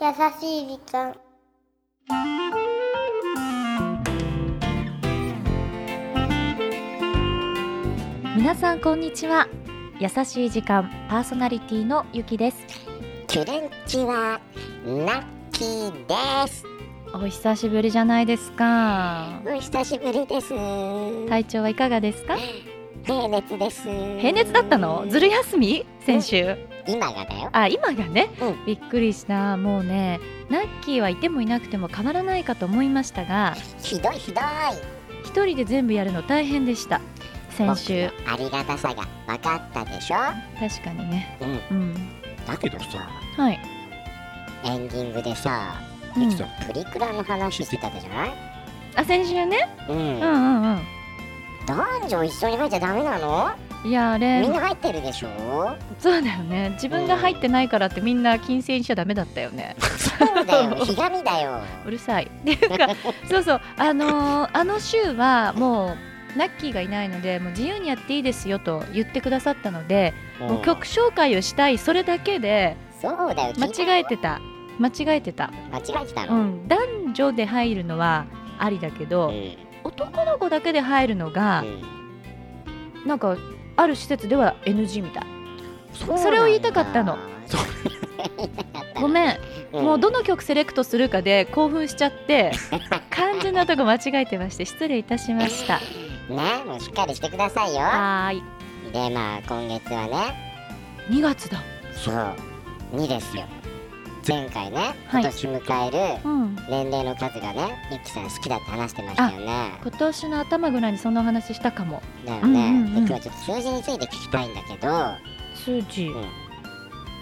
優しい時間皆さんこんにちは優しい時間パーソナリティのゆきですキュレンチはナッキーですお久しぶりじゃないですかお久しぶりです体調はいかがですか平熱です平熱だったのずる休み先週今がだよあ今がね、うんびっくりしたもうねナッキーはいてもいなくても変わらないかと思いましたがひどいひどい一人で全部やるの大変でした先週僕のありがたさが分かったでしょ確かにねうんうんだけどさはい、エンディングでさうゆんきさんプリクラの話してたじゃないあ先週ねうん、うんうんうん男女一緒に入っちゃダメなの、いやあれみんな入ってるでし ょそうだよね自分が入ってないからってみんな禁制にしちゃダメだったよねそうだよひがみだようるさい ってい うかそうそうあのーあの週はもうナッキーがいないのでもう自由にやっていいですよと言ってくださったので、もう曲紹介をしたいそれだけでそうだよ間違えてた間違えてた、間違えてたうの、ん、男女で入るのはありだけど、うん男の子だけで入るのうが、んなんかある施設では NG みたいそうなんだそれを言いたかったのそう言いたかったのごめん、んもうどの曲セレクトするかで興奮しちゃって 肝心なとこ間違えてまして失礼いたしましたねもうしっかりしてくださいよはーいでまあ今月はね2月だそう2ですよ前回ねはい今年迎えるうん年齢の数がねゆきさん好きだって話してましたよね今年の頭ぐらいにそんなお話したかもだよね、うんうんうんで今日はちょっと数字について聞きたいんだけど数字うん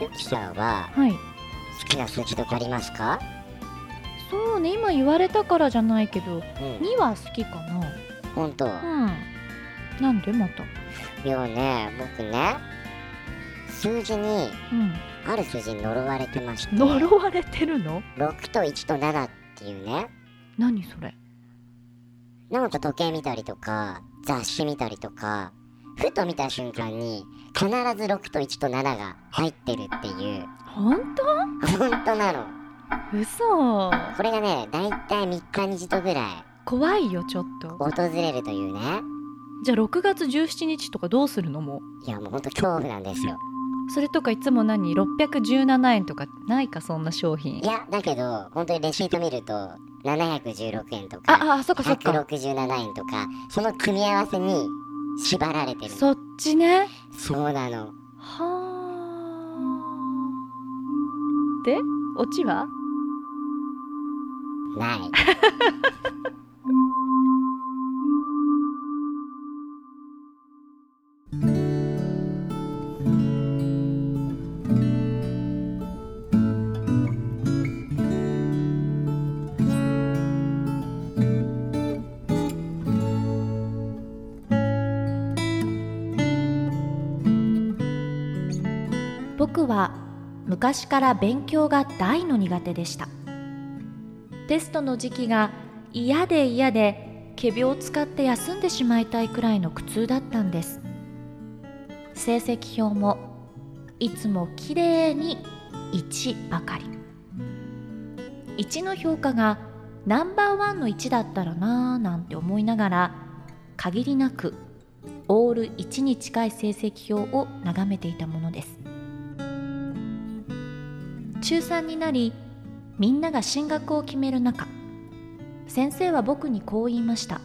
ゆきさんははい好きな数字とかありますか、そうね今言われたからじゃないけうどん、 2は好きかな本当うんなんでまたいやね僕ね数字にうんある数字に呪われてまして呪われてるの6と1と7っていうね何それなんか時計見たりとか雑誌見たりとかふと見た瞬間に必ず6と1と7が入ってるっていう本当本当なの嘘これがねだいたい3日に一度ぐら怖いよちょっとい訪れるというねじゃあ6月17日とかどうするのもいやもうほんと恐怖なんですようそれとかいつも何617円とかないかそんな商品いやだけど本当にレシート見ると716円とかああそっかそっか167円とかその組み合わせに縛られてるそっちねそうなのはあでオチはない僕は昔から勉強が大の苦手でしたテストの時期が嫌で嫌で仮病を使って休んでしまいたいくらいの苦痛だったんです成績表もいつもきれいに1ばかり1の評価がナンバーワンの1だったらなぁなんて思いながら限りなくオール1に近い成績表を眺めていたものです中3になりみんなが進学を決める中先生は僕にこう言いました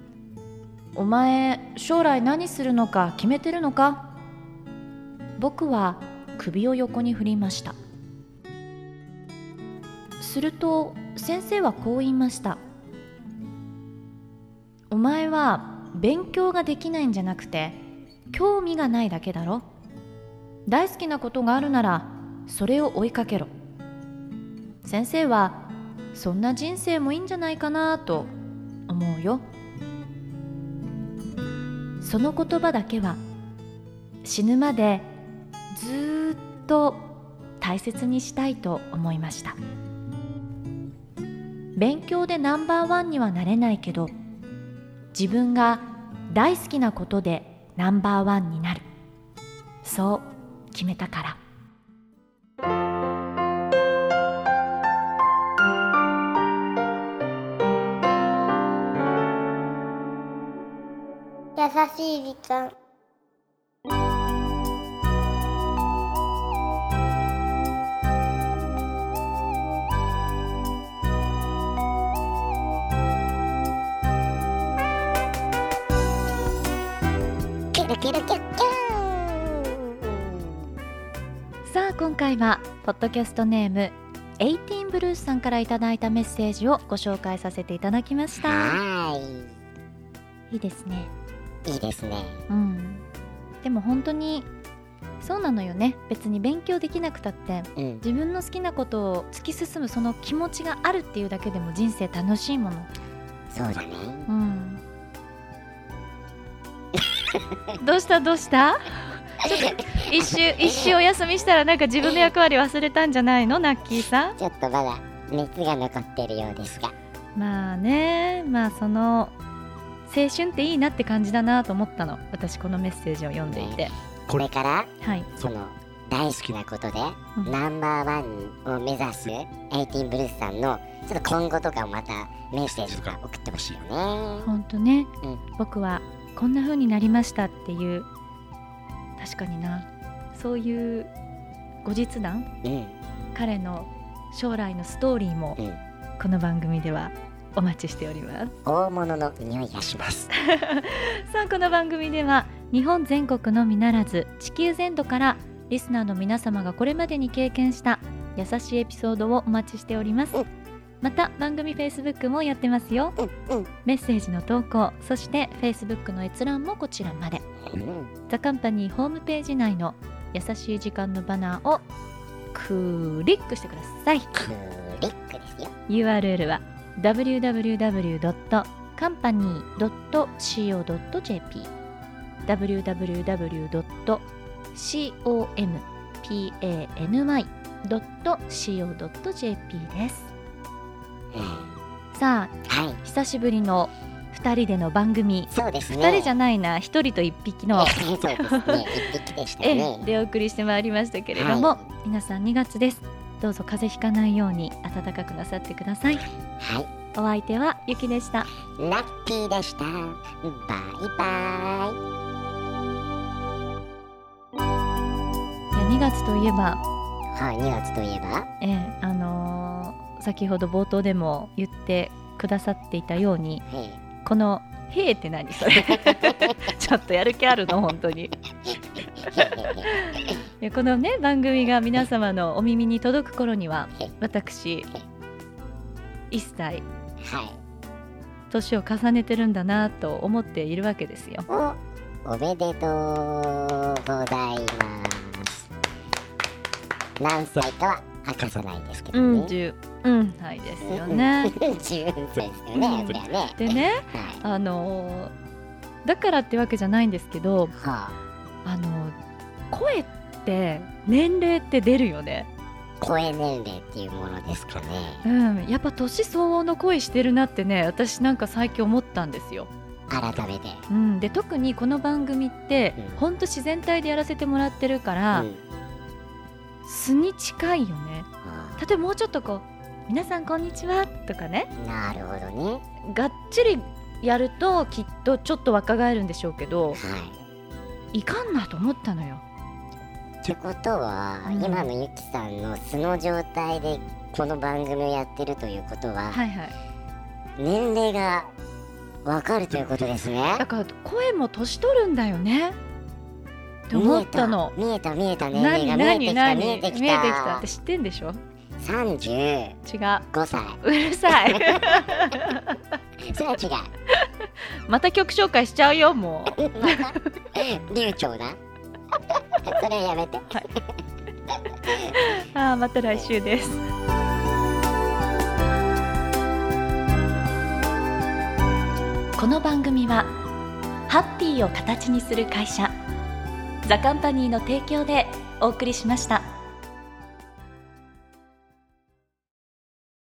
「お前将来何するのか決めてるのか?」僕は首を横に振りましたすると先生はこう言いました「お前は勉強ができないんじゃなくて興味がないだけだろ大好きなことがあるならそれを追いかけろ先生はそんな人生もいいんじゃないかなと思うよその言葉だけは死ぬまでずーっと大切にしたいと思いました勉強でナンバーワンにはなれないけど自分が大好きなことでナンバーワンになるそう決めたからしい時間キュルキュルキュッキュさあ今回はポッドキャストネームエイティンブルースさんからいただいたメッセージをご紹介させていただきまーしンたはいいいですねいいですねうんでも本当にそうなのよね別に勉強できなくたってうん自分の好きなことを突き進むその気持ちがあるっていうだけでも人生楽しいものそうだね うんどうしたどうしたちょっと一周一周お休みしたらなんか自分の役割忘れたんじゃないのナッキーさんちょっとまだ熱が残ってるようですがまあねまあその青春っていいなって感じだなと思ったの私このメッセージを読んでいてこれからはいその大好きなことで、うんナンバーワンを目指すエイティンブルースさんのちょっと今後とかをまたメッセージとか送ってほしいよねほんとね、うん僕はこんな風になりましたっていう確かになそういう後日談うん彼の将来のストーリーもうんこの番組ではお待ちしております大物の匂いがしますさあこの番組では日本全国のみならず地球全土からリスナーの皆様がこれまでに経験した優しいエピソードをお待ちしております、うんまた番組 Facebook もやってますよ、うんうんメッセージの投稿そして Facebook の閲覧もこちらまでうんザカンパニーホームページ内の優しい時間のバナーをクリックしてくださいクリックですよ URL は www.company.co.jp www.company.co.jp ですうんさあはい久しぶりの2人での番組そうですね2人じゃんないな1人と1匹のそうですね一匹でしたえねえでお送りしてまいりましたけれども、は皆さん2月ですどうぞ風邪ひかないように暖かくなさってくださいい、はいお相手はゆきでしたラッキーでした。バイバイ。いや2月といえば、はい、2月といえば、ええあのー先ほど冒頭でも言ってくださっていたようにえこの「へえ」って何それ ちょっとやる気ある の本当にいやこのね番組が皆様のお耳に届く頃には私一切えはい。年を重ねてるんだなと思っているわけですよお、おめでとうございます。何歳かは明かさないんですけどうね。ん十うんはいですよねうん。十歳ですよね。そりゃね。でねはい。あのーだからってわけじゃないんですけどはあ、あの声って年齢って出るよね、声年齢っていうものですかね。うん、やっぱ年相応の声してるなってね私なんか最近思ったんですよ、改めて。うん、で特にこの番組って、うんほんと自然体でやらせてもらってるから、うん素に近いよねあ例えばもうちょっとこう「皆さんこんにちは」とかねあなるほどね。はがっちりやるときっとちょっと若返るんでしょうけどい。いかんなと思ったのよってことは、うん今のゆきさんの素の状態でこの番組をやってるということは、はいはい年齢がわかるということですねだ。から声も年取るんだよねって思ったの見えた見えた見えた年何齢が見えて何きた何見えてき見えてきたたって知ってんでしょ三十違う五歳うるさいそれは違また曲紹介しちゃうよもううまた 流暢なそれはやめてあーまた来週ですこの番組はハッピーを形にする会社ザカンパニーの提供でお送りしました。